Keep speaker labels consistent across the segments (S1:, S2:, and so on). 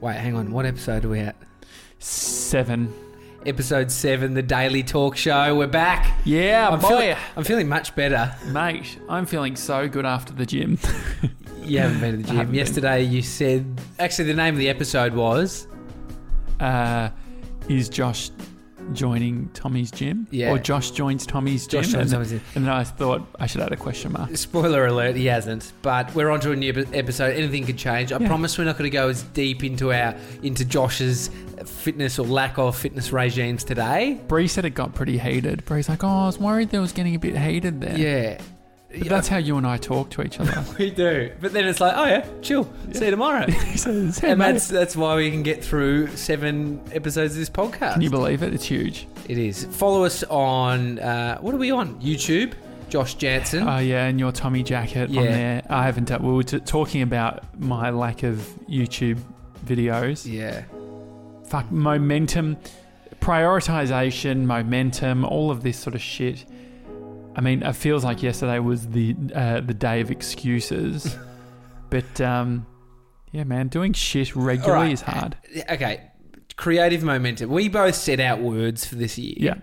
S1: Wait, hang on. What episode are we at?
S2: Seven.
S1: Episode seven, the daily talk show. We're back.
S2: Yeah,
S1: I'm,
S2: Oh, boy,
S1: feeling, I'm feeling much better.
S2: mate, I'm feeling so good after the gym.
S1: You haven't been to the
S2: I
S1: gym.
S2: haven't been.
S1: Yesterday, you said. Actually, the name of the episode was.
S2: uh, is Josh joining Tommy's gym?
S1: Yeah.
S2: Or Josh joins Tommy's gym?
S1: Josh
S2: and,
S1: joins Tommy's gym.
S2: and then I thought I should add a question mark.
S1: Spoiler alert, he hasn't. But we're on to a new ep- episode. Anything could change. I
S2: Yeah.
S1: promise we're not going to go as deep into our into Josh's fitness or lack of fitness regimes today.
S2: Bree said it got pretty heated. Bree's like, oh, I was worried there was getting a bit heated there.
S1: Yeah.
S2: But that's how you and I talk to each other.
S1: We do. But then it's like, oh yeah, chill. See you tomorrow.
S2: He says, "Hey,
S1: and
S2: mate,
S1: that's that's why we can get through seven episodes of this podcast.
S2: Can you believe it? It's huge.
S1: it is. Follow us on uh, what are we on? YouTube. Josh Jansen.
S2: Oh yeah, and your Tommy jacket
S1: Yeah.
S2: on there. I haven't done. We were t- talking about my lack of YouTube videos.
S1: yeah.
S2: Fuck momentum, prioritization, momentum, all of this sort of shit. I mean, it feels like yesterday was the uh, the day of excuses, but um, yeah, man, doing shit regularly
S1: Alright.
S2: is hard.
S1: Okay. Creative momentum. We both set out words for this year.
S2: Yeah.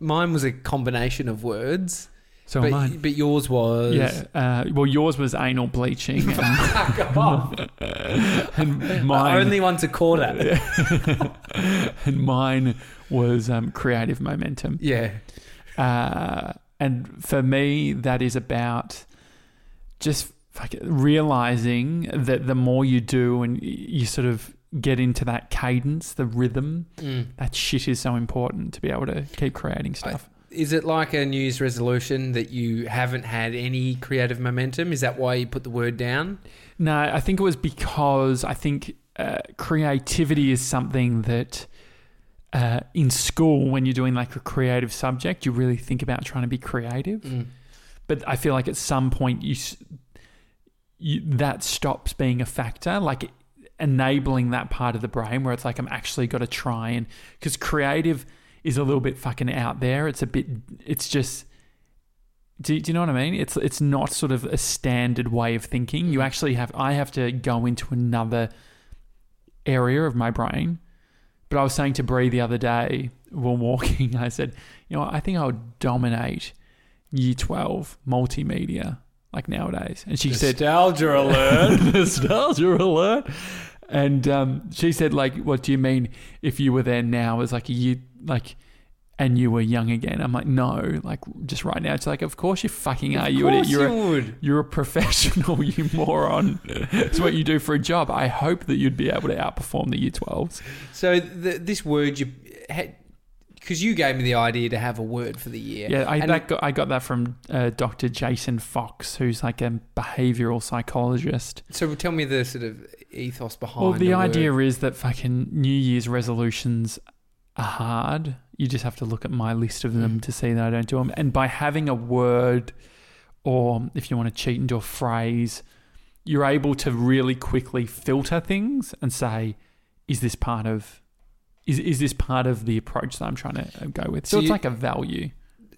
S1: Mine was a combination of words.
S2: So
S1: but,
S2: mine.
S1: but yours was
S2: Yeah. Uh, well, yours was anal bleaching, and,
S1: Fuck off.
S2: and
S1: My
S2: mine
S1: only one's a quarter. Yeah.
S2: and mine was um, creative momentum. Uh, and for me, that is about just fuck it, realizing that the more you do and y- you sort of get into that cadence, the rhythm,
S1: Mm.
S2: that shit is so important to be able to keep creating stuff.
S1: Is it like a New Year's resolution that you haven't had any creative momentum? Is that why you put the word down?
S2: No, I think it was because I think uh, creativity is something that uh, in school, when you're doing like a creative subject, you really think about trying to be creative.
S1: Mm.
S2: But I feel like at some point you, s- you that stops being a factor, like enabling that part of the brain where it's like I'm actually got to try and because creative is a little bit fucking out there. It's a bit. It's just. Do, do you know what I mean? It's it's not sort of a standard way of thinking. You actually have I have to go into another area of my brain. But I was saying to Bree the other day while walking, I said, you know, I think I would dominate year twelve multimedia like nowadays. And she said,
S1: Nostalgia alert.
S2: nostalgia alert. And um, she said, like, what do you mean if you were there now as like a year, like, and you were young again? I'm like, no, like just right now. It's like, of course you fucking are.
S1: of
S2: You would,
S1: course you
S2: you're, a,
S1: would.
S2: you're a professional, you moron. it's what you do for a job. I hope that you'd be able to outperform the year 12s.
S1: So th this word you had because you gave me the idea to have a word for the year.
S2: Yeah, I,
S1: And-
S2: that got, I got that from uh, Dr. Jason Fox, who's like a behavioral psychologist.
S1: So tell me the sort of ethos behind.
S2: Well, the,
S1: word.
S2: idea is that fucking New Year's resolutions are hard. You just have to look at my list of them
S1: Mm.
S2: to see that I don't do them. And by having a word, or if you want to cheat into a phrase, you're able to really quickly filter things and say, is this part of. Is, is this part of the approach that I'm trying to uh, go with?
S1: So
S2: So, it's
S1: you-
S2: like a value.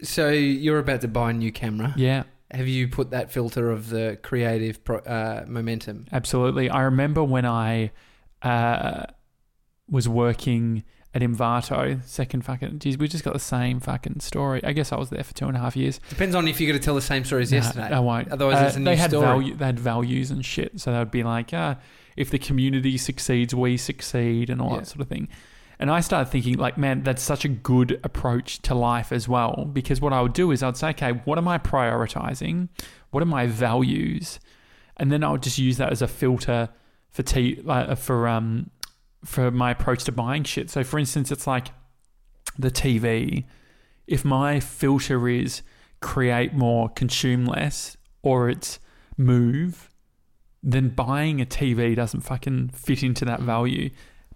S1: So you're about to buy a new camera.
S2: Yeah,
S1: Have you put that filter of the creative pro- uh, momentum?
S2: absolutely. I remember when I uh, was working at Invato, second fucking, geez, we just got the same fucking story. I guess I was there for two and a half years.
S1: Depends on if you're going to tell the same story as
S2: Nah,
S1: yesterday.
S2: I won't. Uh,
S1: Otherwise, it's a new
S2: they had
S1: story.
S2: Value, they had values and shit. So they would be like, uh, if the community succeeds, we succeed and all
S1: Yeah.
S2: that sort of thing. And I started thinking, like, man, that's such a good approach to life as well. Because what I would do is I'd say, okay, what am I prioritizing? What are my values? And then I would just use that as a filter for tea, like, uh, for um, for my approach to buying shit. So, for instance, it's like the TV. If my filter is create more, consume less, or it's move, then buying a TV doesn't fucking fit into that value.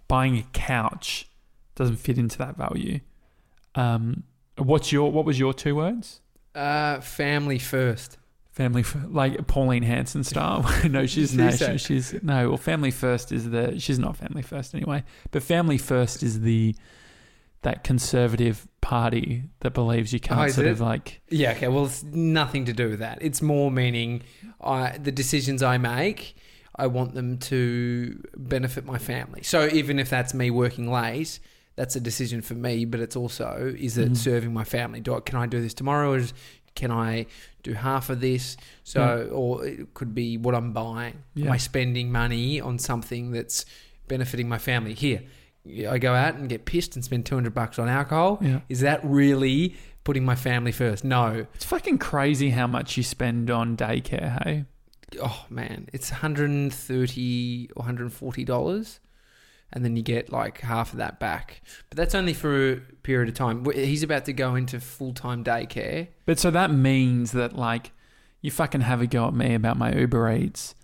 S2: Buying a couch doesn't fit into that value. Um, what's your what was your two words?
S1: Uh, family first.
S2: Family, f- like Pauline Hanson style. no, she's
S1: She's
S2: no,
S1: so-
S2: she, she's no. Well, family first is the she's not family first anyway. But family first is the that conservative party that believes you can't
S1: Oh, is
S2: sort
S1: it?
S2: of like
S1: Yeah. Okay. Well, it's nothing to do with that. It's more meaning I, the decisions I make. I want them to benefit my family. So even if that's me working late, that's a decision for me. But it's also is it
S2: Mhm.
S1: serving my family? Do I, can I do this tomorrow? Or is, can I do half of this? So or it could be what I'm buying. Am
S2: Yeah.
S1: I spending money on something that's benefiting my family? Here, I go out and get pissed and spend two hundred bucks on alcohol.
S2: Yeah.
S1: Is that really putting my family first? No.
S2: It's fucking crazy how much you spend on daycare, hey?
S1: oh man, it's 130 or 140 dollars, and then you get like half of that back. But that's only for a period of time. W- He's about to go into full time daycare.
S2: But so that means that like you fucking have a go at me about my Uber Eats.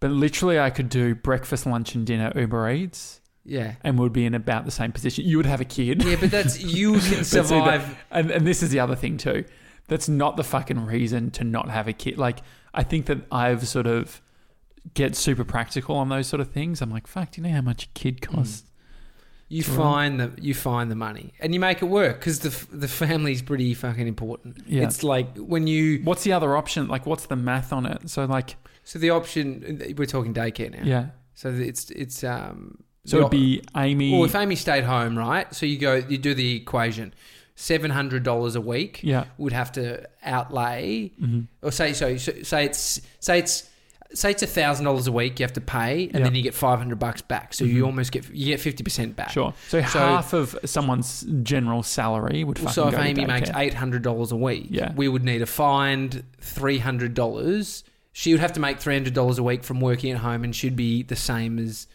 S2: But literally I could do breakfast, lunch and dinner Uber Eats
S1: Yeah,
S2: and would be in about the same position. You would have a kid.
S1: yeah, but that's you can
S2: see, that-
S1: survive.
S2: And and this is the other thing too. That's not the fucking reason to not have a kid. Like I think that I've sort of get super practical on those sort of things. I'm like, fuck, do you know how much a kid
S1: Hmm.
S2: costs?
S1: You
S2: Sure.
S1: find the you find the money and you make it work because the f- the family's pretty fucking important.
S2: Yeah.
S1: It's like when you
S2: What's the other option? Like what's the math on it? So like
S1: so the option we're talking daycare now.
S2: yeah.
S1: So it's it's um.
S2: So
S1: the
S2: it'd be Amy
S1: Well, if Amy stayed home, right? So you go, you do the equation. Seven hundred dollars a week
S2: Yeah.
S1: would have to outlay,
S2: Mm-hmm.
S1: or say so. so- Say it's say it's say it's thousand dollars a week you have to pay, and
S2: Yeah.
S1: then you get five hundred bucks back. So
S2: Mhm.
S1: you almost get you get fifty percent back.
S2: Sure. So,
S1: So-
S2: half of someone's general salary would fucking
S1: So if
S2: go
S1: Amy
S2: to
S1: makes
S2: daycare.
S1: eight hundred dollars a week,
S2: Yeah.
S1: we would need to find three hundred dollars. She would have to make three hundred dollars a week from working at home, and she'd be the same as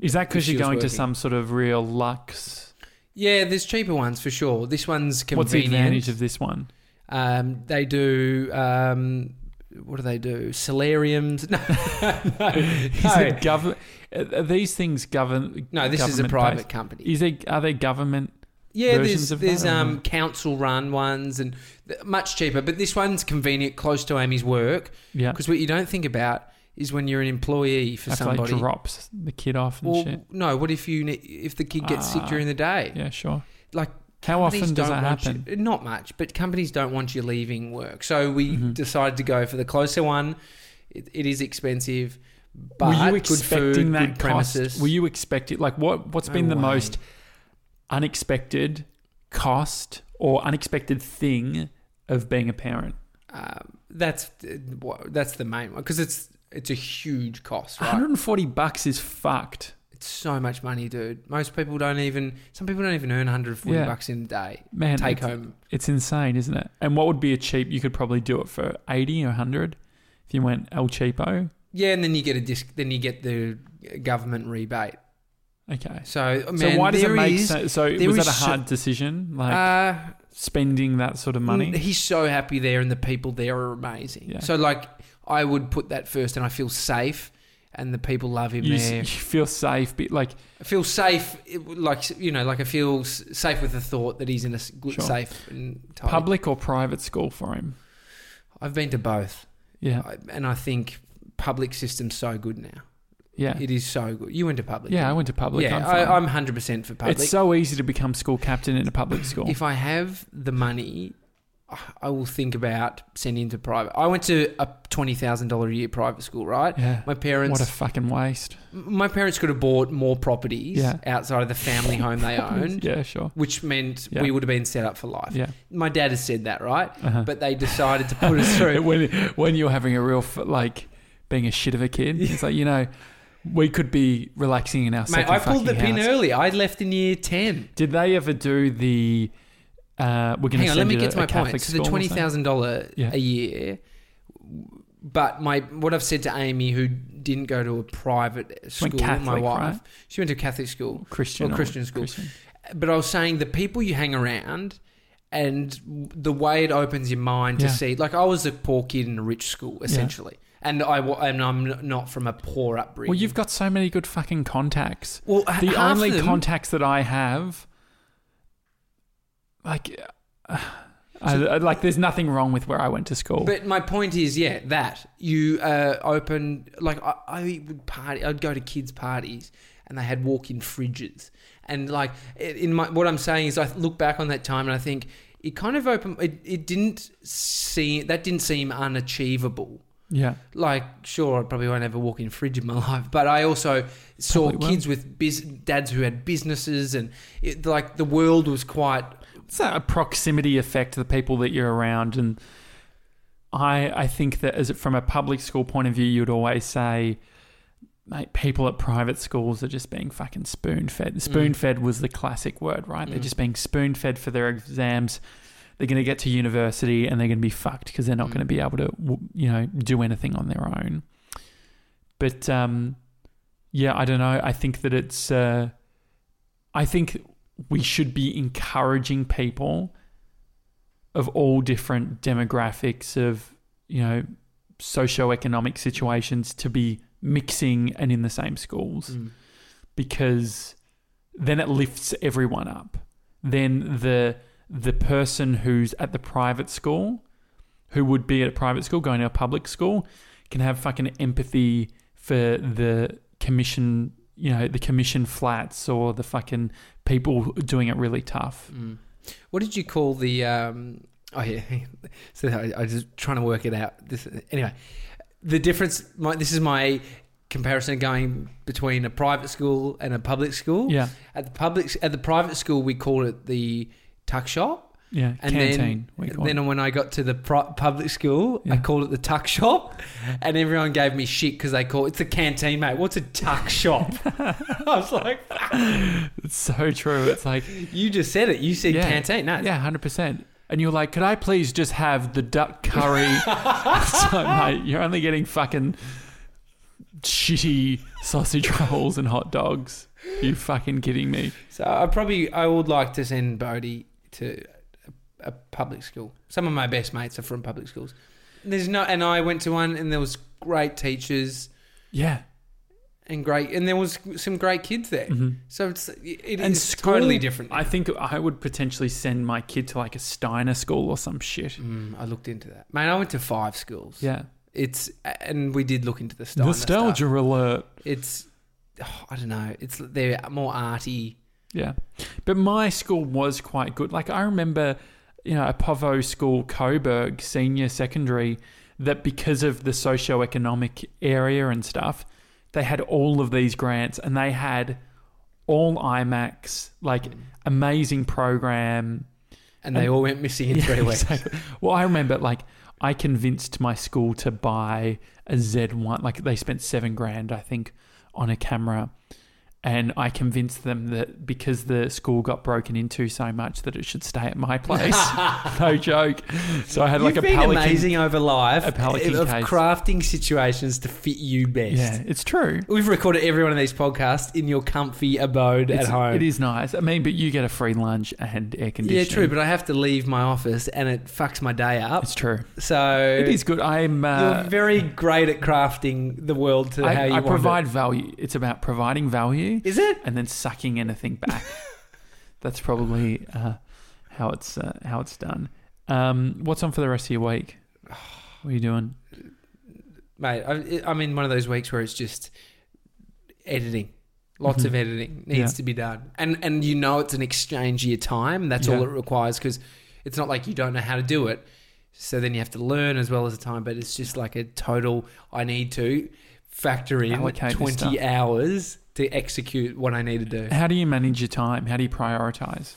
S2: is that because
S1: she
S2: you're
S1: was
S2: going to
S1: working.
S2: some sort of real lux?
S1: yeah. There's cheaper ones for sure. This one's convenient.
S2: What's the advantage of this one?
S1: Um, they do. Um, what do they do? Solariums? No,
S2: Is
S1: no,
S2: it government? Are these things govern?
S1: no. This is a
S2: government-based?
S1: private company.
S2: Is it? Are they government?
S1: Yeah,
S2: versions
S1: there's
S2: of
S1: there's
S2: that, or
S1: um,
S2: not?
S1: council run ones and th- much cheaper. But this one's convenient, close to Amy's work.
S2: Yeah,
S1: Because what you don't think about is when you're an employee for
S2: that's like
S1: somebody.
S2: drops the kid off and
S1: well,
S2: shit.
S1: no. What if you ne- if the kid gets sick
S2: Ah.
S1: during the day?
S2: Yeah, sure.
S1: Like,
S2: How often
S1: Companies
S2: does
S1: don't
S2: that
S1: want you-
S2: happen?
S1: not much, but companies don't want you leaving work. So we
S2: Mhm.
S1: decided to go for the closer one. It, it is expensive, but
S2: Were you
S1: good
S2: expecting
S1: food,
S2: that
S1: good premises.
S2: cost? Were you expecting like what? What's
S1: No
S2: been the
S1: way.
S2: most unexpected cost or unexpected thing of being a parent?
S1: Um, that's what- that's the main one because it's it's a huge cost, right?
S2: 140 bucks is fucked.
S1: It's so much money, dude. Most people don't even. Some people don't even earn 140
S2: Yeah.
S1: bucks in a day.
S2: Man,
S1: Take
S2: it's,
S1: home.
S2: it's insane, isn't it? And what would be a cheap? You could probably do it for 80 or 100 if you went El Cheapo.
S1: Yeah, and then you get a disc. Then you get the government rebate.
S2: Okay.
S1: So, man,
S2: so why does it
S1: there
S2: make
S1: is-
S2: sense? So
S1: there
S2: was that
S1: is
S2: a
S1: so-
S2: hard decision? Like
S1: Uh,
S2: spending that sort of money?
S1: Mm, He's so happy there, and the people there are amazing.
S2: Yeah.
S1: So, like, I would put that first, and I feel safe, and the people love him
S2: You, s-
S1: there.
S2: you feel safe, but like
S1: I feel safe, it would, like you know, like I feel s- safe with the thought that he's in a s- good,
S2: Sure.
S1: safe and tidy.
S2: public or private school for him.
S1: I've been to both,
S2: Yeah.
S1: I, and I think public system's so good now.
S2: Yeah.
S1: It is so good. You went to public,
S2: Yeah, I
S1: didn't
S2: went to
S1: you?
S2: public.
S1: Yeah,
S2: I'm fine.
S1: I, I'm hundred percent for public.
S2: It's so easy to become school captain in a public school.
S1: If I have the money, I- I will think about sending to private. I went to a twenty thousand dollar a year private school, right?
S2: yeah.
S1: My parents,
S2: What a fucking waste.
S1: my parents could have bought more properties
S2: Yeah.
S1: outside of the family home they owned,
S2: Yeah, sure.
S1: which meant
S2: Yeah.
S1: we would have been set up for life.
S2: Yeah.
S1: My dad has said that, right?
S2: Uh-huh.
S1: But they decided to put us through.
S2: when when you're having a real f- like being a shit of a kid, it's like you know we could be relaxing in our
S1: Mate,
S2: second
S1: I pulled the
S2: fucking
S1: pin
S2: house.
S1: early. I left in year ten.
S2: Did they ever do the? Uh, we're going
S1: Hang
S2: to
S1: on,
S2: send
S1: let me
S2: you
S1: get to
S2: a
S1: my
S2: Catholic
S1: point. So the
S2: school or
S1: twenty
S2: something?
S1: thousand dollar
S2: Yeah.
S1: a year, but my what I've said to Amy, who didn't go to a private school, my
S2: Catholic,
S1: wife,
S2: right?
S1: she went to a Catholic school.
S2: Christian
S1: or Christian school. but I was saying the people you hang around and the way it opens your mind
S2: Yeah.
S1: to see like I was a poor kid in a rich school essentially and I wa- and I'm not from a poor upbringing
S2: Well, you've got so many good fucking contacts.
S1: well
S2: The only
S1: them,
S2: contacts that I have, like, uh, I, I- like, there's nothing wrong with where I went to school.
S1: but my point is yeah that you uh, open like I, I would party I'd go to kids parties and they had walk-in fridges and like it- in my what I'm saying is I look back on that time and I think it kind of opened it, it didn't see that didn't seem unachievable
S2: Yeah.
S1: Like, sure, I probably won't ever walk in a fridge in my life, but I also saw
S2: Probably won't.
S1: kids with biz- dads who had businesses, and it, like the world was quite
S2: It's a proximity effect to the people that you're around, and I I think that as from a public school point of view, you'd always say, mate, people at private schools are just being fucking spoon fed. Spoon fed was the classic word, right? They're
S1: Mm.
S2: just being spoon fed for their exams. They're going to get to university and they're going to be fucked because they're not
S1: Mm.
S2: going to be able to, w- you know, do anything on their own. But um, yeah, I don't know. I think that it's. Uh, I think we should be encouraging people of all different demographics of you know socioeconomic situations to be mixing and in the same schools because then it lifts everyone up then the the person who's at the private school who would be at a private school going to a public school can have fucking empathy for the commission you know the commission flats or the fucking people doing it really tough
S1: Mm. What did you call the? Um, oh yeah, so I, I was just trying to work it out. This anyway, the difference. My, this is my comparison going between a private school and a public school.
S2: yeah
S1: At the public, at the private school, we call it the tuck shop.
S2: yeah
S1: And
S2: canteen we
S1: then,
S2: call it.
S1: then when I got to the pri- public school, I
S2: Yeah.
S1: called it the tuck shop, and everyone gave me shit because they call it's a canteen, mate. What's a tuck shop? I was like,
S2: it's so true it's like
S1: you just said it. You said
S2: Yeah.
S1: canteen. No,
S2: Yeah, hundred percent. And you're like, could I please just have the duck curry? so, mate, you're only getting fucking shitty sausage rolls and hot dogs. you fucking kidding me?
S1: So I probably I would like to send Bodie to a, a public school. Some of my best mates are from public schools. There's no, and I went to one, and there was great teachers
S2: Yeah,
S1: and great, and there was some great kids there. So it's it
S2: Mm-hmm. And
S1: is
S2: school-
S1: totally different.
S2: I think I would potentially send my kid to like a Steiner school or some shit.
S1: Mm, I looked into that, mate. I went to five schools.
S2: Yeah, it's
S1: and we did look into the style.
S2: nostalgia alert.
S1: It's oh, I don't know. It's they're more arty.
S2: Yeah. But my school was quite good. Like I remember, you know, a Povo school, Coburg senior secondary, that because of the socioeconomic area and stuff, they had all of these grants and they had all IMAX, like amazing program.
S1: And they all went missing in three
S2: Yeah,
S1: weeks.
S2: exactly. Well, I remember like I convinced my school to buy a Z1. Like they spent seven grand, I think, on a camera. And I convinced them that because the school got broken into so much that it should stay at my place. no joke. So I had like
S1: You've
S2: a
S1: been
S2: pelican.
S1: amazing over live
S2: a pelican
S1: of
S2: case.
S1: crafting situations to fit you best.
S2: Yeah, it's true.
S1: We've recorded every one of these podcasts in your comfy abode
S2: It's-
S1: at home.
S2: It is nice. I mean, but you get a free lunch and air conditioning.
S1: yeah, true, but I have to leave my office and it fucks my day up.
S2: it's true.
S1: So
S2: It is good. I'm. Uh,
S1: you're very great at crafting the world to how
S2: I,
S1: you
S2: I
S1: want
S2: provide value. It's about providing value.
S1: it. Is it?
S2: and then sucking anything back. That's probably uh, how it's uh, how it's done. Um, what's on for the rest of your week? What are you doing?
S1: Mate, I, I'm in one of those weeks where it's just editing. Lots of
S2: Mhm.
S1: editing needs
S2: Yeah.
S1: to be done. And and you know it's an exchange of your time. That's all it
S2: Yeah.
S1: requires because it's not like you don't know how to do it. So then you have to learn as well as the time. But it's just like a total, I need to factor in
S2: Allocate this
S1: 20
S2: stuff.
S1: hours to execute what I need to do.
S2: How do you manage your time? How do you prioritize?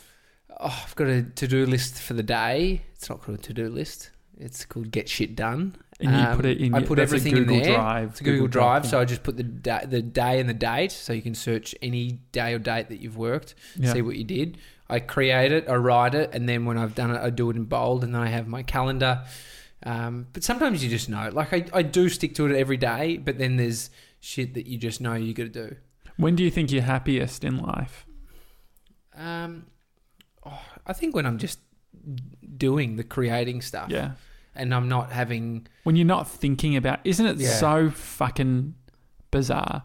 S1: Oh, I've got a to do list for the day. It's not called a to do list, it's called get shit done.
S2: And you
S1: Um,
S2: put it in.
S1: I
S2: your-
S1: put
S2: that's a
S1: everything in
S2: Google
S1: there.
S2: Drive.
S1: It's a Google, Drive,
S2: Doc,
S1: so I just put the da- the day and the date, so you can search any day or date that you've worked,
S2: yeah.
S1: see what you did. I create it, I write it, and then when I've done it, I do it in bold, and then I have my calendar. Um, but sometimes you just know, like I, I do stick to it every day, but then there's shit that you just know you got to do.
S2: When do you think you're happiest in life?
S1: Um, oh, I think when I'm just doing the creating stuff,
S2: Yeah.
S1: and I'm not having
S2: When you're not thinking about, isn't it
S1: Yeah.
S2: so fucking bizarre?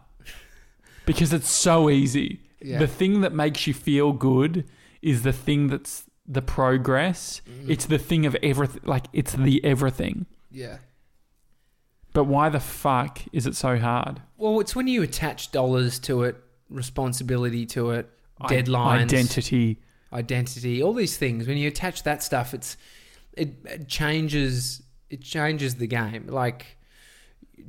S2: Because it's so easy.
S1: yeah,
S2: The thing that makes you feel good is the thing that's the progress.
S1: Mm.
S2: It's the thing of everything. Like, it's the everything.
S1: yeah.
S2: But why the fuck is it so hard?
S1: Well, it's when you attach dollars to it, responsibility to it,
S2: I-
S1: deadlines,
S2: Identity.
S1: identity, all these things. When you attach that stuff, it's it, it changes it changes the game. Like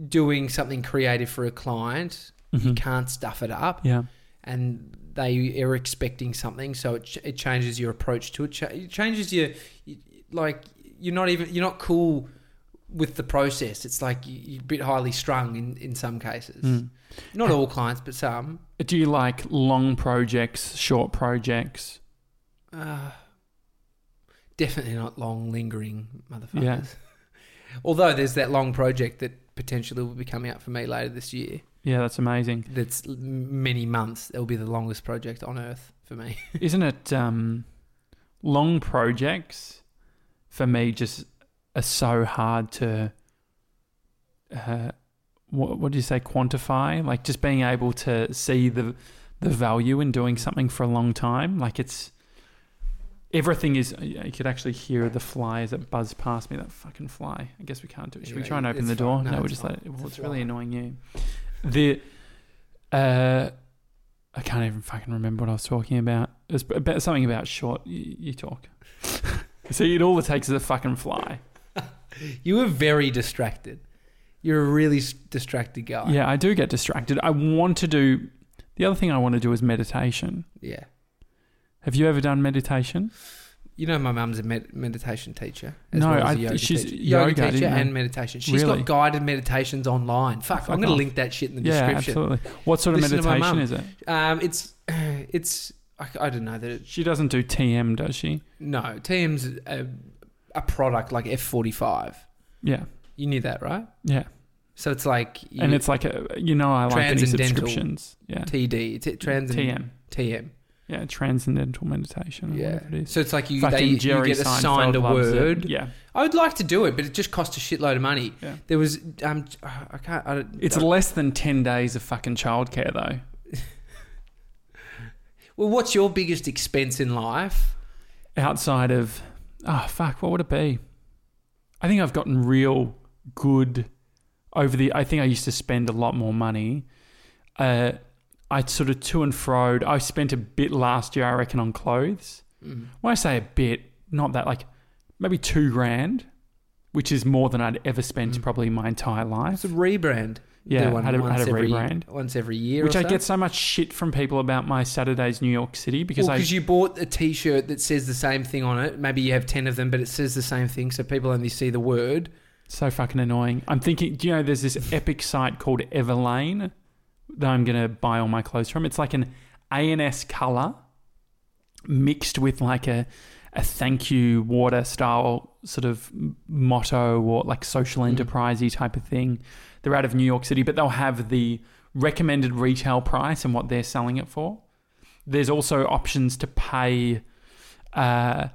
S1: doing something creative for a client, you can't stuff it up,
S2: Mm-hmm. Mm. Yeah.
S1: and they are expecting something, so it, ch- it changes your approach to it. Ch- it changes your you- like you're not even you're not cool with the process. It's like you- you're a bit highly strung in in some cases.
S2: Mm.
S1: Not all clients, but some.
S2: Do you like long projects, short projects?
S1: Uh, definitely not long lingering motherfuckers.
S2: Yeah.
S1: Although there's that long project that potentially will be coming out for me later this year.
S2: Yeah, that's amazing.
S1: That's l- many months. It'll be the longest project on earth for me.
S2: Isn't it um, long projects for me just are so hard to uh, what, what do you say quantify? Like just being able to see the the value in doing something for a long time. Like it's everything is. You could actually hear the fly as it buzzed past me. That fucking fly. I guess we can't do it. Should we
S1: Yeah,
S2: try and open
S1: it's
S2: the
S1: fine.
S2: door?
S1: No,
S2: No, we'll
S1: it's
S2: just
S1: fine.
S2: let it.
S1: It's a
S2: Well, it's, really
S1: fly.
S2: annoying you. The uh, I can't even fucking remember what I was talking about. It was about something about short. You, you talk. See, it all it takes is a fucking fly.
S1: You were very distracted. You're a really s- distracted guy.
S2: Yeah, I do get distracted. I want to do. The other thing I want to do is meditation.
S1: Yeah.
S2: Have you ever done meditation?
S1: You know, my mum's a med- meditation teacher. as
S2: No,
S1: well as a
S2: I-
S1: yoga
S2: she's
S1: teacher.
S2: yoga,
S1: yoga teacher
S2: didn't I?
S1: and meditation. She's
S2: Really?
S1: got guided meditations online. Fuck,
S2: Fuck
S1: I'm going to
S2: off.
S1: link that shit in the
S2: yeah,
S1: description.
S2: absolutely. What sort of
S1: Listen to my
S2: meditation
S1: mum.
S2: is it?
S1: Um, it's it's I, I don't know that it,
S2: She doesn't do TM, does she?
S1: no TM's a, a product like F forty five.
S2: Yeah,
S1: You knew that, right?
S2: yeah.
S1: So it's like you,
S2: And it's like a, you know, I like any
S1: Transcendental.
S2: subscriptions. Yeah,
S1: TD. It's it trans and
S2: TM.
S1: TM.
S2: Yeah, transcendental meditation. or
S1: Yeah.
S2: whatever it is.
S1: So it's like you they,
S2: Fucking
S1: you
S2: Jerry
S1: get
S2: Seinfeld
S1: assigned a
S2: loves it.
S1: word.
S2: Yeah,
S1: I would like to do it, but it just costs a shitload of money.
S2: Yeah.
S1: There was um I can't. I don't,
S2: it's less than ten days of fucking childcare though.
S1: well, what's your biggest expense in life?
S2: outside of oh fuck what would it be i think i've gotten real good over the i think i used to spend a lot more money uh i sort of to and fro i spent a bit last year i reckon on clothes
S1: Mm.
S2: when i say a bit not that like maybe two grand which is more than i'd ever spent
S1: Mm.
S2: probably in my entire life
S1: It's a rebrand.
S2: Yeah,
S1: Do one
S2: had a-
S1: once
S2: had a
S1: every-
S2: rebrand.
S1: once every year,
S2: which
S1: or
S2: i
S1: so.
S2: get so much shit from people about my saturdays new york city because
S1: Because
S2: i
S1: you bought a T-shirt that says the same thing on it. Maybe you have ten of them, but it says the same thing, so people only see the word.
S2: So fucking annoying. I'm thinking, do you know, there's this epic site called Everlane that I'm going to buy all my clothes from. It's like an ANS color mixed with like a, a thank you water style sort of m- motto or like social
S1: Mm.
S2: enterprisey type of thing. They're out of New York City, but they'll have the recommended retail price and what they're selling it for. There's also options to pay. Uh,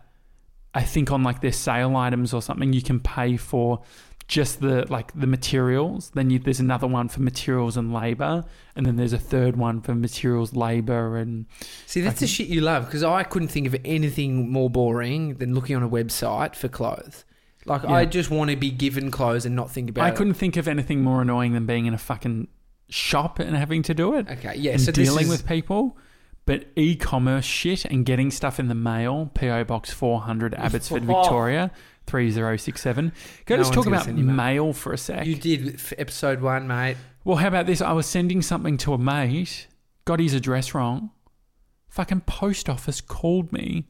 S2: I think on like their sale items or something, you can pay for just the like the materials. Then you, there's another one for materials and labor, and then there's a third one for materials, labor, and
S1: See, that's the shit you love because I couldn't think of anything more boring than looking on a website for clothes. Like I
S2: Yeah.
S1: just want to be given clothes and not think about.
S2: I
S1: it.
S2: couldn't think of anything more annoying than being in a fucking shop and having to do it
S1: Okay, yeah.
S2: and
S1: So this
S2: dealing
S1: is,
S2: with people. But e-commerce shit and getting stuff in the mail, PO Box 400, Abbotsford, Victoria 3067. Go
S1: Oh. No
S2: let's
S1: one's
S2: talk
S1: gonna
S2: about
S1: send you mail.
S2: mail for a sec.
S1: you did with f- episode one, mate.
S2: Well, how about this? I was sending something to a mate, got his address wrong. Fucking post office called me.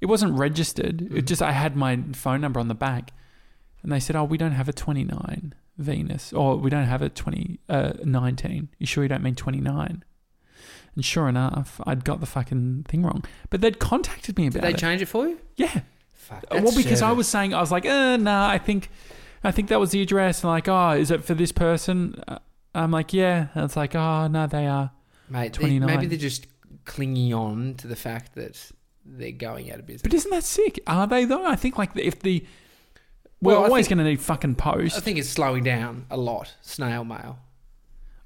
S2: It wasn't registered.
S1: Mm.
S2: It just I had my phone number on the back, and they said, "Oh, we don't have a 29 Venus, or we don't have a 20 uh, 19. You sure you don't mean 29?" And sure enough, I'd got the fucking thing wrong. But they'd contacted me
S1: Did
S2: about
S1: they
S2: it.
S1: change it for you?
S2: yeah.
S1: Fuck.
S2: Uh, well,
S1: that's
S2: because I
S1: service.
S2: was saying I was like, uh, nah, I think, I think that was the address. And like, oh, is it for this person? Uh, I'm like, yeah. And it's like, oh, no, they are.
S1: mate. they-
S2: 29.
S1: maybe they're just clinging on to the fact that they're going out of business.
S2: But isn't that sick? Are they though? I think like if the we're
S1: Well, I
S2: always
S1: think-
S2: going to need fucking
S1: I
S2: post.
S1: think it's slowing down a lot. Snail mail.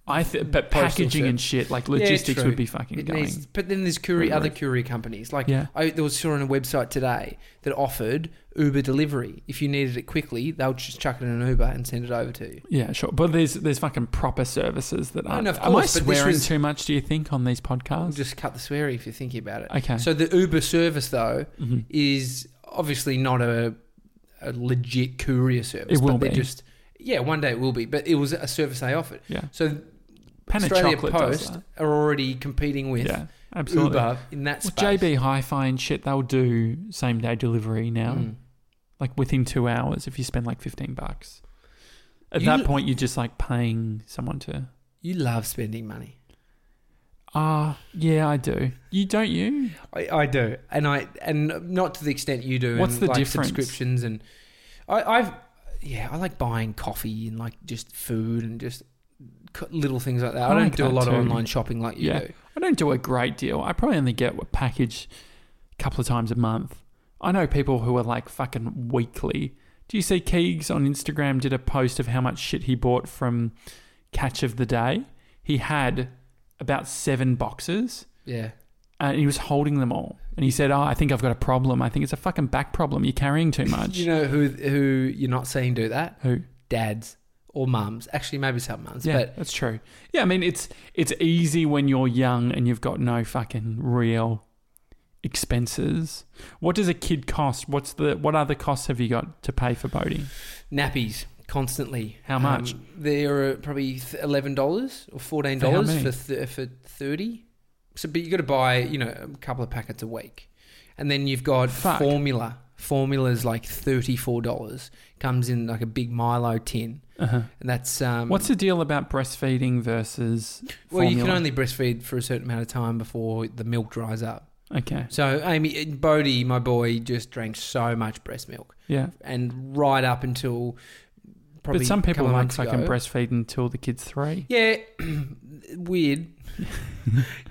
S2: I th- but
S1: Postal
S2: packaging and shit like logistics
S1: true.
S2: would be fucking
S1: It
S2: going.
S1: needs- but then there's courier, other courier companies. Like
S2: Yeah.
S1: I there was saw on a website today that offered Uber delivery. If you needed it quickly, they'll just chuck it in an Uber and send it over to you.
S2: yeah, sure. But there's there's fucking proper services that
S1: No,
S2: aren't.
S1: no, of
S2: Am I
S1: course, but this
S2: swearing
S1: was-
S2: too much? Do you think on these podcasts?
S1: Just cut the swearing if you're thinking about it.
S2: okay.
S1: So the Uber service though
S2: Mhm.
S1: is obviously not a, a legit courier service.
S2: It will
S1: but they're
S2: be.
S1: just yeah, one day it will be, but it was a service they offered.
S2: Yeah.
S1: So
S2: Pan of
S1: Australia
S2: chocolate does
S1: Post
S2: that.
S1: are already competing with
S2: Yeah, absolutely.
S1: Uber in that
S2: Well,
S1: space.
S2: JB Hi-Fi and shit, they'll do same day delivery now,
S1: Mm.
S2: like within two hours if you spend like fifteen bucks. At
S1: You-
S2: that point, you're just like paying someone to.
S1: You love spending money.
S2: Ah, yeah, I do. You don't you?
S1: I, I do, and I and not to the extent you do.
S2: What's
S1: and
S2: the
S1: like
S2: difference?
S1: Subscriptions and I, I've yeah, I like buying coffee and like just food and just co- little things like that. I,
S2: I
S1: don't
S2: like
S1: do a
S2: that
S1: lot of
S2: too.
S1: online shopping like you
S2: Yeah.
S1: do.
S2: I don't do a great deal. I probably only get a package a couple of times a month. I know people who are like fucking weekly. Do you see Keegs on Instagram did a post of how much shit he bought from Catch of the Day? He had about seven boxes
S1: Yeah,
S2: and he was holding them all. And he said, Oh, I think I've got a problem. I think it's a fucking back problem. You're carrying too much.
S1: you know who who you're not seeing do that?
S2: Who?
S1: Dads or mums. Actually, maybe some mums,
S2: Yeah,
S1: but
S2: that's true. Yeah, I mean it's it's easy when you're young and you've got no fucking real expenses. What does a kid cost? What's the what other costs have you got to pay for boating?
S1: nappies constantly.
S2: How much?
S1: Um, they are probably th- eleven dollars or fourteen
S2: For how
S1: dollars
S2: many?
S1: for th- for thirty. So, but you got to buy you know a couple of packets a week, and then you've got
S2: Fuck.
S1: formula. Formula's like thirty four dollars. Comes in like a big Milo tin, and that's um.
S2: Uh-huh. What's the deal about breastfeeding versus
S1: well, you can
S2: formula?
S1: only breastfeed for a certain amount of time before the milk dries up.
S2: okay,
S1: So Amy uh, Bodie, my boy, just drank so much breast milk,
S2: yeah.
S1: and right up until probably.
S2: But some
S1: a couple
S2: people
S1: of
S2: like
S1: months
S2: fucking
S1: ago-
S2: breastfeed until the kid's three.
S1: Yeah, weird.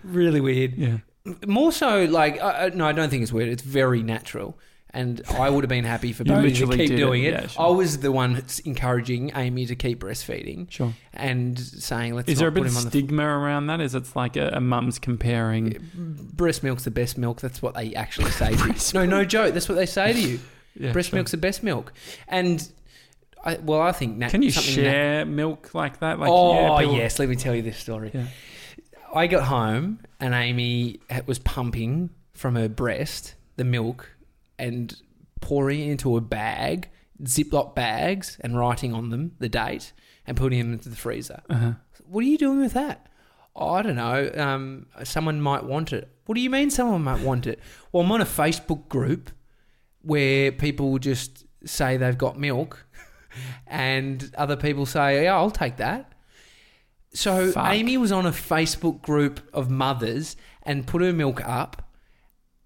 S1: really weird.
S2: Yeah,
S1: More so, like, uh, uh, no, I don't think it's weird. It's very natural. And I would have been happy for
S2: You
S1: Bodhi to
S2: literally
S1: keep
S2: did it.
S1: doing it.
S2: Yeah, sure.
S1: I was the one that's encouraging Amy to keep breastfeeding
S2: sure.
S1: and saying, let's
S2: Is
S1: not
S2: there a bit
S1: put
S2: of
S1: him on the.
S2: stigma around that? Is it's like a, a mum's comparing?
S1: breast milk's the best milk. That's what they actually say to you.
S2: Breast
S1: No, no joke. That's what they say to you.
S2: Yeah,
S1: breast
S2: sure.
S1: milk's the best milk. And, I, well, I think. Nat-
S2: Can you
S1: Uh, something nat-
S2: share milk like that? Like,
S1: oh
S2: yeah, people-
S1: yes, let me tell you this story.
S2: Yeah.
S1: I got home and Amy had- was pumping from her breast the milk and pouring it into a bag, Ziploc bags, and writing on them the date and putting them into the freezer.
S2: Uh-huh.
S1: What are you doing with that? "Oh, I don't know. Um, someone might want it. What do you mean someone might want it? Well, I'm on a Facebook group where people just say they've got milk and other people say, yeah, I'll take that. So
S2: Fuck.
S1: Amy was on a Facebook group of mothers and put her milk up.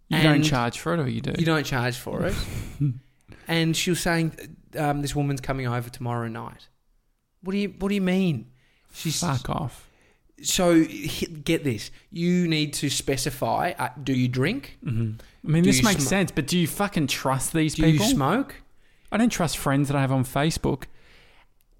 S2: You don't
S1: And-
S2: charge for it, or you do?
S1: You don't charge for it. and she was saying, um, this woman's coming over tomorrow night. What do you, what do you mean? She's,
S2: Fuck off.
S1: so he- get this. You need to specify. Uh, do you drink?
S2: Mm. I mean,
S1: Do
S2: this
S1: you
S2: makes
S1: sm-
S2: sense, but do you fucking trust these
S1: Do
S2: people?
S1: you smoke?
S2: I don't trust friends that I have on Facebook.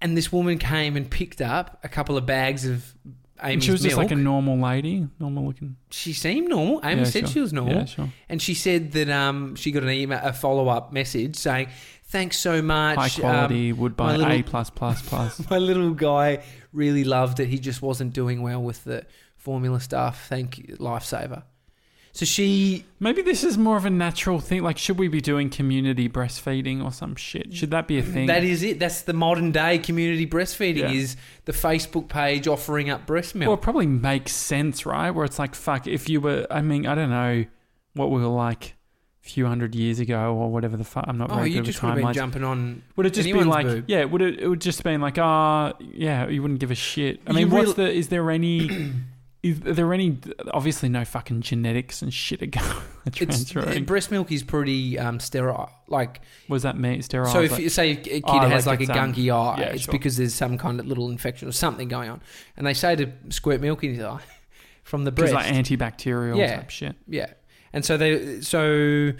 S1: And this woman came and picked up a couple of bags of
S2: And
S1: Amy's
S2: she was
S1: milk.
S2: just like a normal lady, normal looking.
S1: she seemed normal. Amy
S2: Yeah,
S1: said
S2: sure.
S1: she was normal.
S2: Yeah, sure.
S1: And she said that um, she got an email, a follow up message saying, "Thanks so much.
S2: High
S1: Um,
S2: quality, would buy
S1: my little-
S2: A plus plus plus.
S1: my little guy really loved it. He just wasn't doing well with the formula stuff. Thank you, lifesaver." So she
S2: Maybe this is more of a natural thing. Like, should we be doing community breastfeeding or some shit? Should that be a thing?
S1: That is it. That's the modern day community breastfeeding
S2: Yeah.
S1: is the Facebook page offering up breast
S2: Well,
S1: milk.
S2: it probably makes sense, right? Where it's like, fuck, if you were, I mean, I don't know what we were like a few hundred years ago or whatever the fuck. I'm not
S1: oh,
S2: very
S1: you
S2: good with
S1: just would have been
S2: timelines.
S1: jumping on.
S2: Would it just be
S1: anyone's
S2: like,
S1: boob.
S2: yeah? Would it? It would just been like, ah, yeah. You wouldn't give a shit. I
S1: You
S2: mean, what's
S1: real-
S2: the? Is there any? is are there any? Obviously, no fucking genetics and shit are go-
S1: It's,
S2: transferring.
S1: breast milk is pretty um, sterile. Like,
S2: Was that me? Sterile.
S1: so if
S2: Like,
S1: you say a kid
S2: Oh,
S1: has
S2: like
S1: like, a
S2: it's, um,
S1: gunky eye,
S2: yeah,
S1: it's
S2: sure.
S1: because there's some kind of little infection or something going on, and they say to squirt milk in his eye from the
S2: 'cause
S1: breast.
S2: like antibacterial
S1: Yeah.
S2: type shit.
S1: yeah, and so they so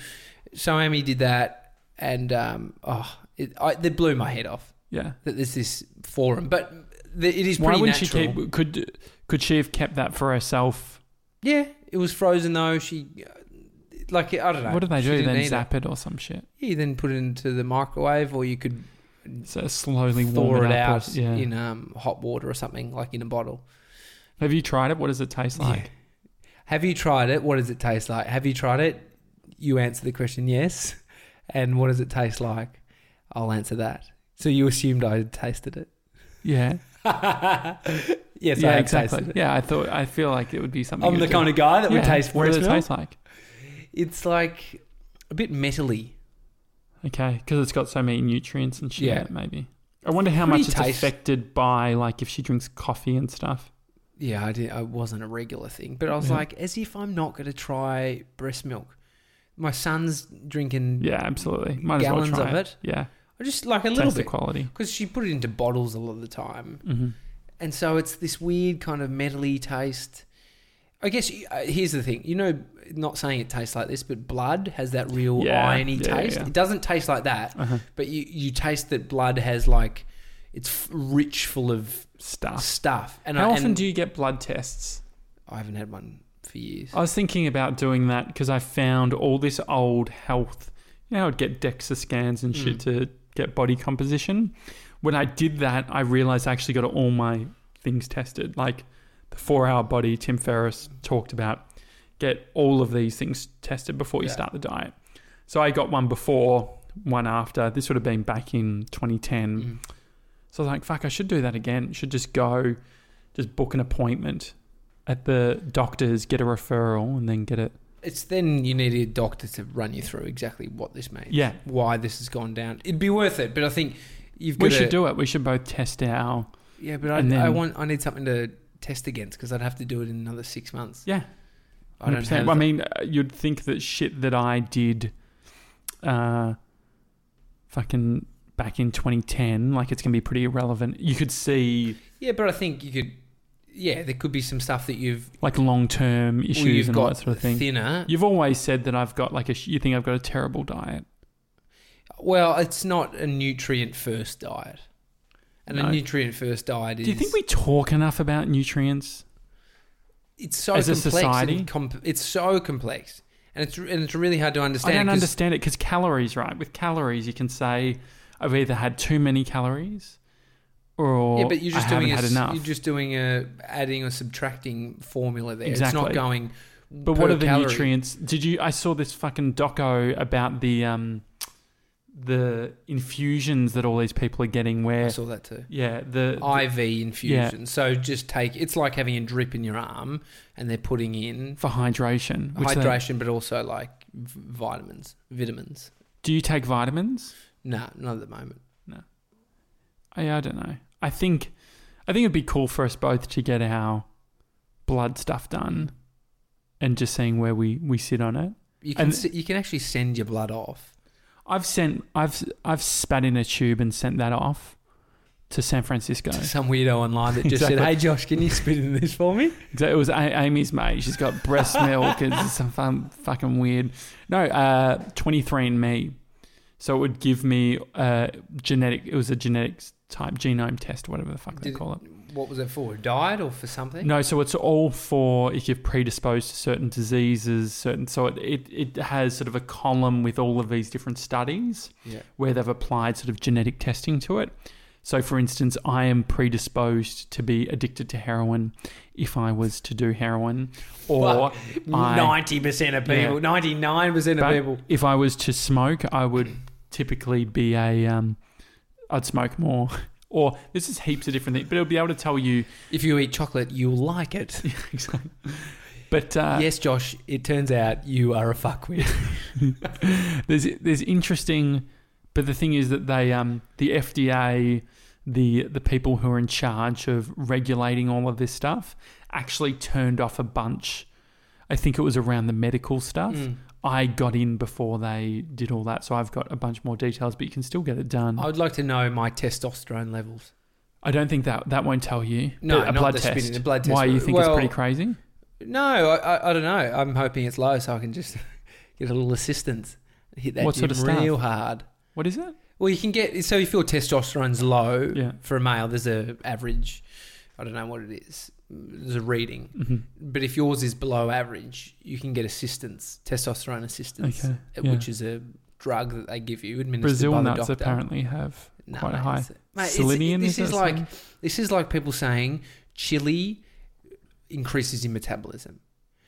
S1: so Amy did that, and um, oh, it, I, it blew my head off
S2: Yeah.
S1: that there's this forum, but the, it is
S2: Why
S1: pretty
S2: wouldn't
S1: natural.
S2: she keep? Could could she have kept that for herself?
S1: Yeah, it was frozen though. She, like, I don't know.
S2: What do they
S1: She
S2: do
S1: didn't
S2: then?
S1: need
S2: Zap it or some shit.
S1: It. You then put it into the microwave, or you could
S2: So slowly
S1: thaw
S2: warm
S1: it,
S2: it, up.
S1: out
S2: Or, yeah.
S1: in um, hot water or something, like in a bottle.
S2: have you tried it? What does it taste like?
S1: Have you tried it? What does it taste like? Have you tried it? You answer the question yes, and what does it taste like? I'll answer that. So you assumed I had tasted it.
S2: Yeah.
S1: yes, I
S2: yeah,
S1: have
S2: exactly.
S1: tasted it.
S2: Yeah, I thought I feel like it would be something.
S1: I'm the kind of guy that would taste
S2: What does it
S1: forest milk.
S2: taste like?
S1: It's like a bit metally.
S2: Okay, because it's got so many nutrients and shit.
S1: Yeah.
S2: in it, maybe. I wonder how
S1: Pretty
S2: much it's
S1: taste-
S2: affected by like if she drinks coffee and stuff.
S1: Yeah, I did. I wasn't a regular thing, but I was
S2: Yeah.
S1: like, as if I'm not going to try breast milk. My son's drinking.
S2: Yeah, absolutely. Might
S1: Gallons
S2: as well try
S1: of
S2: it. Yeah,
S1: I just like a little
S2: taste the
S1: bit
S2: quality.
S1: because she put it into bottles a lot of the time.
S2: Mm-hmm.
S1: and so it's this weird kind of metally taste. I guess uh, here's the thing, you know, not saying it tastes like this, but blood has that real
S2: Yeah,
S1: irony
S2: yeah,
S1: taste.
S2: yeah.
S1: It doesn't taste like that,
S2: Uh-huh.
S1: but you you taste that blood has like it's f- rich full of
S2: Stuff.
S1: stuff. And
S2: Ah. how
S1: I,
S2: often
S1: and
S2: do you get blood tests?
S1: I haven't had one for years.
S2: I was thinking about doing that because I found all this old health. You know, I'd get DEXA scans and shit
S1: Mm.
S2: to get body composition. When I did that, I realized I actually got all my things tested, like the four hour body Tim Ferriss talked about. Get all of these things tested before you
S1: Yeah.
S2: start the diet. So I got one before, one after. This would have been back in 2010.
S1: Mm.
S2: So I was like, fuck, I should do that again. Should just go, just book an appointment at the doctor's, get a referral, and then get it.
S1: It's then you need a doctor to run you through exactly what this means.
S2: Yeah.
S1: Why this has gone down. It'd be worth it, but I think you've got
S2: We
S1: to,
S2: should do it. We should both test our.
S1: Yeah, but I,
S2: and then-
S1: I want I need something to test against because I'd have to do it in another six months.
S2: Yeah.
S1: I don't
S2: 100%.
S1: have.
S2: I mean, uh, you'd think that shit that I did uh, fucking back in 2010, like it's going to be pretty irrelevant. You could see
S1: yeah, but I think you could. Yeah, there could be some stuff that you've
S2: like long term
S1: or
S2: issues
S1: you've
S2: and all
S1: got
S2: that sort of thing.
S1: thinner.
S2: You've always said that I've got like a. sh- You think I've got a terrible diet.
S1: Well, it's not a nutrient first diet, and
S2: No.
S1: a nutrient first diet is.
S2: Do you think we talk enough about nutrients?
S1: It's so
S2: as a
S1: complex. and
S2: society?
S1: comp- it's so complex, and it's and it's really hard to
S2: I
S1: understand.
S2: don't
S1: 'cause-
S2: understand it because calories, right? With calories, you can say I've either had too many calories, or
S1: Yeah, but you're just
S2: I
S1: doing a,
S2: haven't had
S1: s-
S2: enough.
S1: you're just doing a adding or subtracting formula there. It's not
S2: Exactly.
S1: going.
S2: but what
S1: per
S2: are the
S1: calorie.
S2: nutrients? Did you? I saw this fucking doco about the um, the infusions that all these people are getting.
S1: I
S2: Where
S1: saw that too.
S2: yeah, the,
S1: IV infusion. So just take it's like having a drip in your arm, and they're putting in
S2: the- for hydration. which they-
S1: hydration, but also like v- vitamins, vitamins.
S2: do you take vitamins? Oh,
S1: Nah, not at the moment.
S2: I, I don't know. I think I think it'd be cool for us both to get our blood stuff done, and just seeing where we we sit on it.
S1: You can
S2: And-
S1: s you can actually send your blood off.
S2: I've sent I've I've spat in a tube and sent that off to San Francisco.
S1: to Some weirdo online that just said,
S2: Exactly.
S1: "Hey Josh, can you spit in this for me?"
S2: It was a- Amy's mate. She's got breast milk. It's some fun, fucking weird. No, uh, twenty three and Me. So it would give me uh, genetic. It was a genetics type genome test, whatever the fuck they
S1: Did-
S2: call it.
S1: What was it for? A diet or for something?
S2: No, so it's all for if you're predisposed to certain diseases, certain. So it, it, it has sort of a column with all of these different studies
S1: Yeah.
S2: where they've applied sort of genetic testing to it. So, for instance, I am predisposed to be addicted to heroin if I was to do heroin, or I-
S1: ninety percent of
S2: Yeah.
S1: people, ninety nine percent of
S2: but
S1: people.
S2: if I was to smoke, I would typically be a. Um, I'd smoke more. Or this is heaps of different things, but it'll be able to tell you
S1: If you eat chocolate, you'll like it.
S2: exactly. But uh,
S1: yes, Josh. It turns out you are a fuckwit.
S2: there's there's interesting, but the thing is that they um the FDA, the the people who are in charge of regulating all of this stuff, actually turned off a bunch. I think it was around the medical stuff.
S1: Mm.
S2: I got in before they did all that, so I've got a bunch more details, but you can still get it done.
S1: I would like to know my testosterone levels.
S2: I don't think that that won't tell you.
S1: No,
S2: But a
S1: not
S2: blood
S1: the
S2: test.
S1: spitting, the blood test.
S2: Why you think it's
S1: Well-
S2: pretty crazy?
S1: No, I, I, I don't know. I'm hoping it's low so I can just get a little assistance. Hit that
S2: What
S1: gym
S2: sort of stuff?
S1: real hard.
S2: What is it?
S1: Well, you can get so if your testosterone's low
S2: Yeah.
S1: for a male, there's a average. I don't know what it is. There's a reading,
S2: hmm
S1: but if yours is below average, you can get assistance, testosterone assistance,
S2: Okay,
S1: uh,
S2: yeah.
S1: which is a drug that they give you administered by
S2: Brazil
S1: the
S2: nuts
S1: doctor.
S2: apparently have
S1: No,
S2: quite a
S1: mate,
S2: high
S1: it's- mate, it's-
S2: selenium.
S1: This
S2: it
S1: is like
S2: something?
S1: this is like people saying chili increases your metabolism.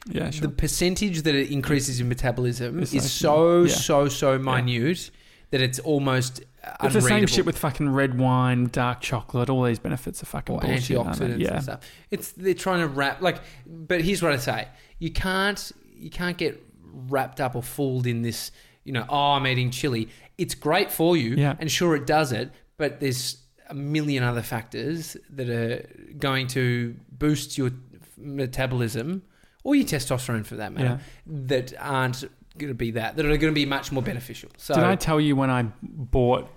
S2: yeah, sure.
S1: The percentage that it increases in metabolism
S2: It's
S1: is
S2: like-
S1: so
S2: yeah.
S1: so so minute that it's almost uh,
S2: It's the same
S1: unreadable.
S2: shit with fucking red wine, dark chocolate. All these benefits are fucking
S1: or
S2: bullshit. aren't they?
S1: antioxidants
S2: Yeah.
S1: and stuff. It's they're trying to wrap like. But here's what I say: you can't you can't get wrapped up or fooled in this. You know, oh, I'm eating chili. It's great for you,
S2: Yeah.
S1: and sure it does it, but there's a million other factors that are going to boost your metabolism or your testosterone, for that matter, that aren't going to be that that are going to be much more beneficial. So
S2: Did I tell you when I bought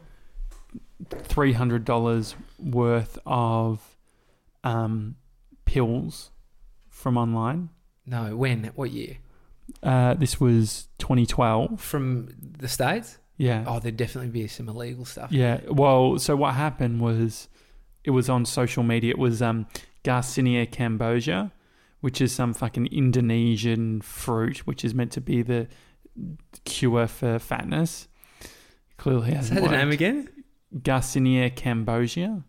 S2: three hundred dollars worth of um, pills from online?
S1: no, when what year
S2: Uh, this was 2012.
S1: from the states?
S2: Yeah.
S1: Oh, there'd definitely be some illegal stuff.
S2: Yeah. Well, so what happened was it was on social media. It was um, Garcinia cambogia, which is some fucking Indonesian fruit, which is meant to be the cure for fatness. Clearly
S1: Is
S2: hasn't
S1: that the name
S2: worked.
S1: again?
S2: Garcinia cambogia.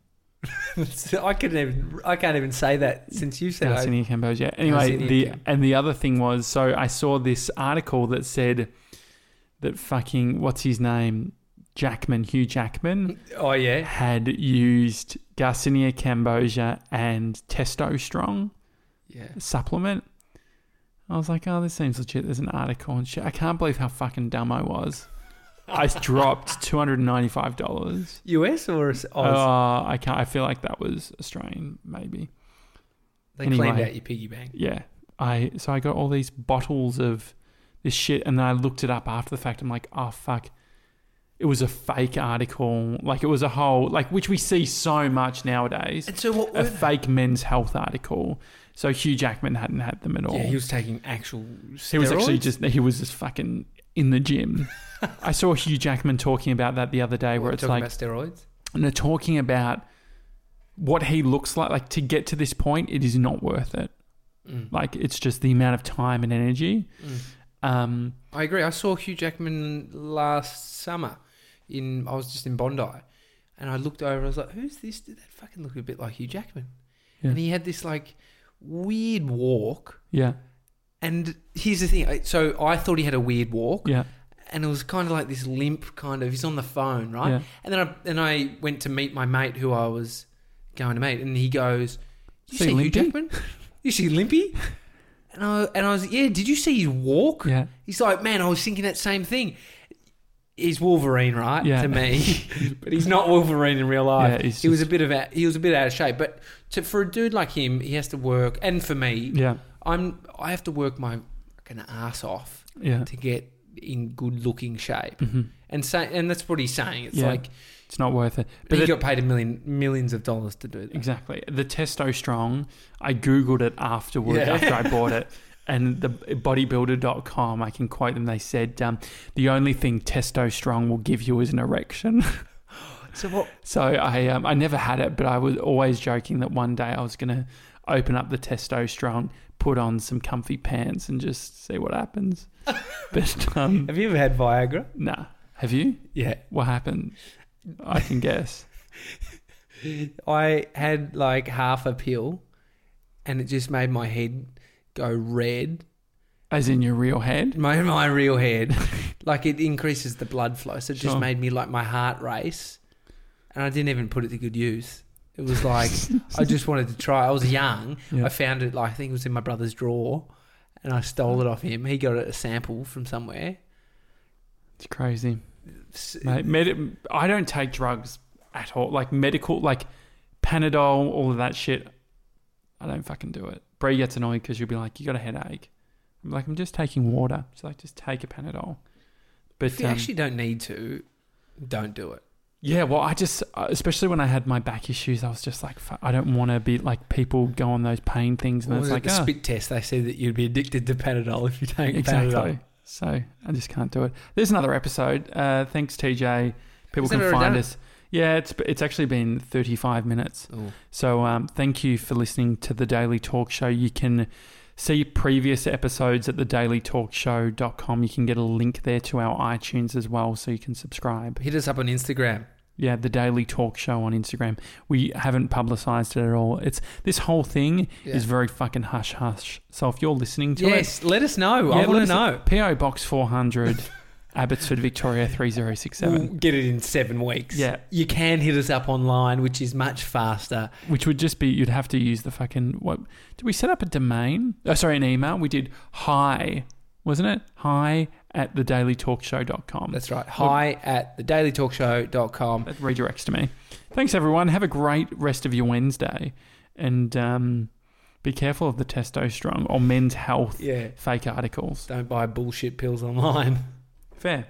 S1: So I couldn't even. I can't even say that since you said it.
S2: Garcinia cambogia. Anyway,
S1: Garcinia
S2: the
S1: cam-
S2: and the other thing was so I saw this article that said that fucking what's his name Jackman Hugh Jackman
S1: Oh yeah,
S2: had used Garcinia cambogia and Testo Strong
S1: yeah.
S2: supplement. I was like, oh, this seems legit. There's an article and shit. I can't believe how fucking dumb I was. I dropped two hundred and ninety-five dollars.
S1: US or Oz?
S2: Oh, I can't. I feel like that was Australian, maybe.
S1: they
S2: anyway.
S1: cleaned out your piggy bank.
S2: Yeah, I. So I got all these bottles of this shit, and then I looked it up after the fact. I'm like, oh fuck, it was a fake article. Like it was a whole like which we see so much nowadays.
S1: And so what?
S2: a
S1: Were
S2: fake men's health article. So Hugh Jackman hadn't had them at all.
S1: yeah, he was taking actual.
S2: He was actually
S1: steroids?
S2: just he was just fucking in the gym. I saw Hugh Jackman talking about that the other day,
S1: We're
S2: where it's
S1: talking
S2: like
S1: about steroids.
S2: and they're talking about what he looks like. Like to get to this point, it is not worth it.
S1: Mm.
S2: Like it's just the amount of time and energy.
S1: Mm.
S2: Um,
S1: I agree. I saw Hugh Jackman last summer. In I was just in Bondi, and I looked over. I was like, "Who's this? Did that fucking look a bit like Hugh Jackman?"
S2: Yeah.
S1: And he had this like weird walk.
S2: yeah,
S1: And here's the thing. I- So I thought he had a weird walk.
S2: yeah,
S1: and it was kind of like this limp kind of he's on the phone right
S2: Yeah.
S1: and then I, then I went to meet my mate who I was going to meet and he goes you
S2: See
S1: see, Hugh
S2: Limpy?"
S1: Jackman you see Limpy and I, and I was yeah did you see his walk
S2: yeah.
S1: he's like man I was thinking that same thing he's Wolverine right
S2: Yeah.
S1: to me but he's not Wolverine in real life
S2: Yeah, he's
S1: he was a
S2: just-
S1: bit of out, he was a bit out of shape but to, for a dude like him he has to work and for me
S2: Yeah,
S1: I'm I have to work my fucking ass off
S2: yeah.
S1: to get in good looking shape.
S2: hmm
S1: And say, and that's what he's saying. It's
S2: Yeah.
S1: like
S2: It's not worth it.
S1: but
S2: But
S1: he
S2: the-
S1: got paid a million millions of dollars to do that.
S2: Exactly. The Testo Strong, I Googled it afterward,
S1: Yeah.
S2: after I bought it. And the bodybuilder.com, I can quote them. They said, um, the only thing Testo Strong will give you is an erection.
S1: So what
S2: so I, um, I never had it, but I was always joking that one day I was going to open up the Testo Strong, put on some comfy pants, and just see what happens. but um,
S1: have you ever had Viagra?
S2: nah. Have you?
S1: Yeah.
S2: What happened? I can guess.
S1: I had like half a pill and it just made my head go red.
S2: As in your real head?
S1: My my real head. like it increases the blood flow. So it just
S2: Sure.
S1: made me like my heart race. And I didn't even put it to good use. It was like I just wanted to try. I was young.
S2: Yeah.
S1: I found it like I think it was in my brother's drawer, and I stole it off him. He got a sample from somewhere.
S2: It's crazy.
S1: S-
S2: Mate, med- I don't take drugs at all. Like medical, like Panadol, all of that shit. I don't fucking do it. Brie gets annoyed because she'll be like, "You got a headache." I'm like, "I'm just taking water." She's like, "Just take a Panadol."
S1: If
S2: But
S1: you
S2: um,
S1: actually don't need to, don't do it.
S2: yeah, well, I just, uh, especially when I had my back issues, I was just like, "Fuck, I don't want to be like people go on those pain things, and
S1: What
S2: it's
S1: was it,
S2: like,
S1: the
S2: "Ah."
S1: spit test. They said that you'd be addicted to Panadol if you take
S2: exactly.
S1: Panadol.
S2: So I just can't do it. There's another episode. Uh, thanks, TJ. People
S1: Is that
S2: can
S1: already
S2: find
S1: done?
S2: us. Yeah, it's it's actually been 35 minutes.
S1: Oh,
S2: So um, thank you for listening to the Daily Talk Show. You can see previous episodes at thedailytalkshow.com. You can get a link there to our iTunes as well, so you can subscribe.
S1: hit us up on Instagram.
S2: Yeah, the Daily Talk Show on Instagram. We haven't publicized it at all. It's this whole thing
S1: Yeah.
S2: is very fucking hush hush. So if you're listening to it,
S1: Yes, let us know.
S2: Yeah,
S1: I
S2: let
S1: want to
S2: us-
S1: know.
S2: PO Box 400, Abbotsford, Victoria 3067,
S1: We'll get it in seven weeks.
S2: Yeah.
S1: You can hit us up online, which is much faster.
S2: which would just be you'd have to use the fucking what? Did we set up a domain? Oh, sorry, an email. We did hi, wasn't it? Hi at the dailytalkshow.com.
S1: That's right. Hi at thedailytalkshow.com.
S2: That redirects to me. Thanks, everyone. Have a great rest of your Wednesday, and um, be careful of the testo strong or men's health
S1: Yeah.
S2: fake articles.
S1: Don't buy bullshit pills online.
S2: Fair.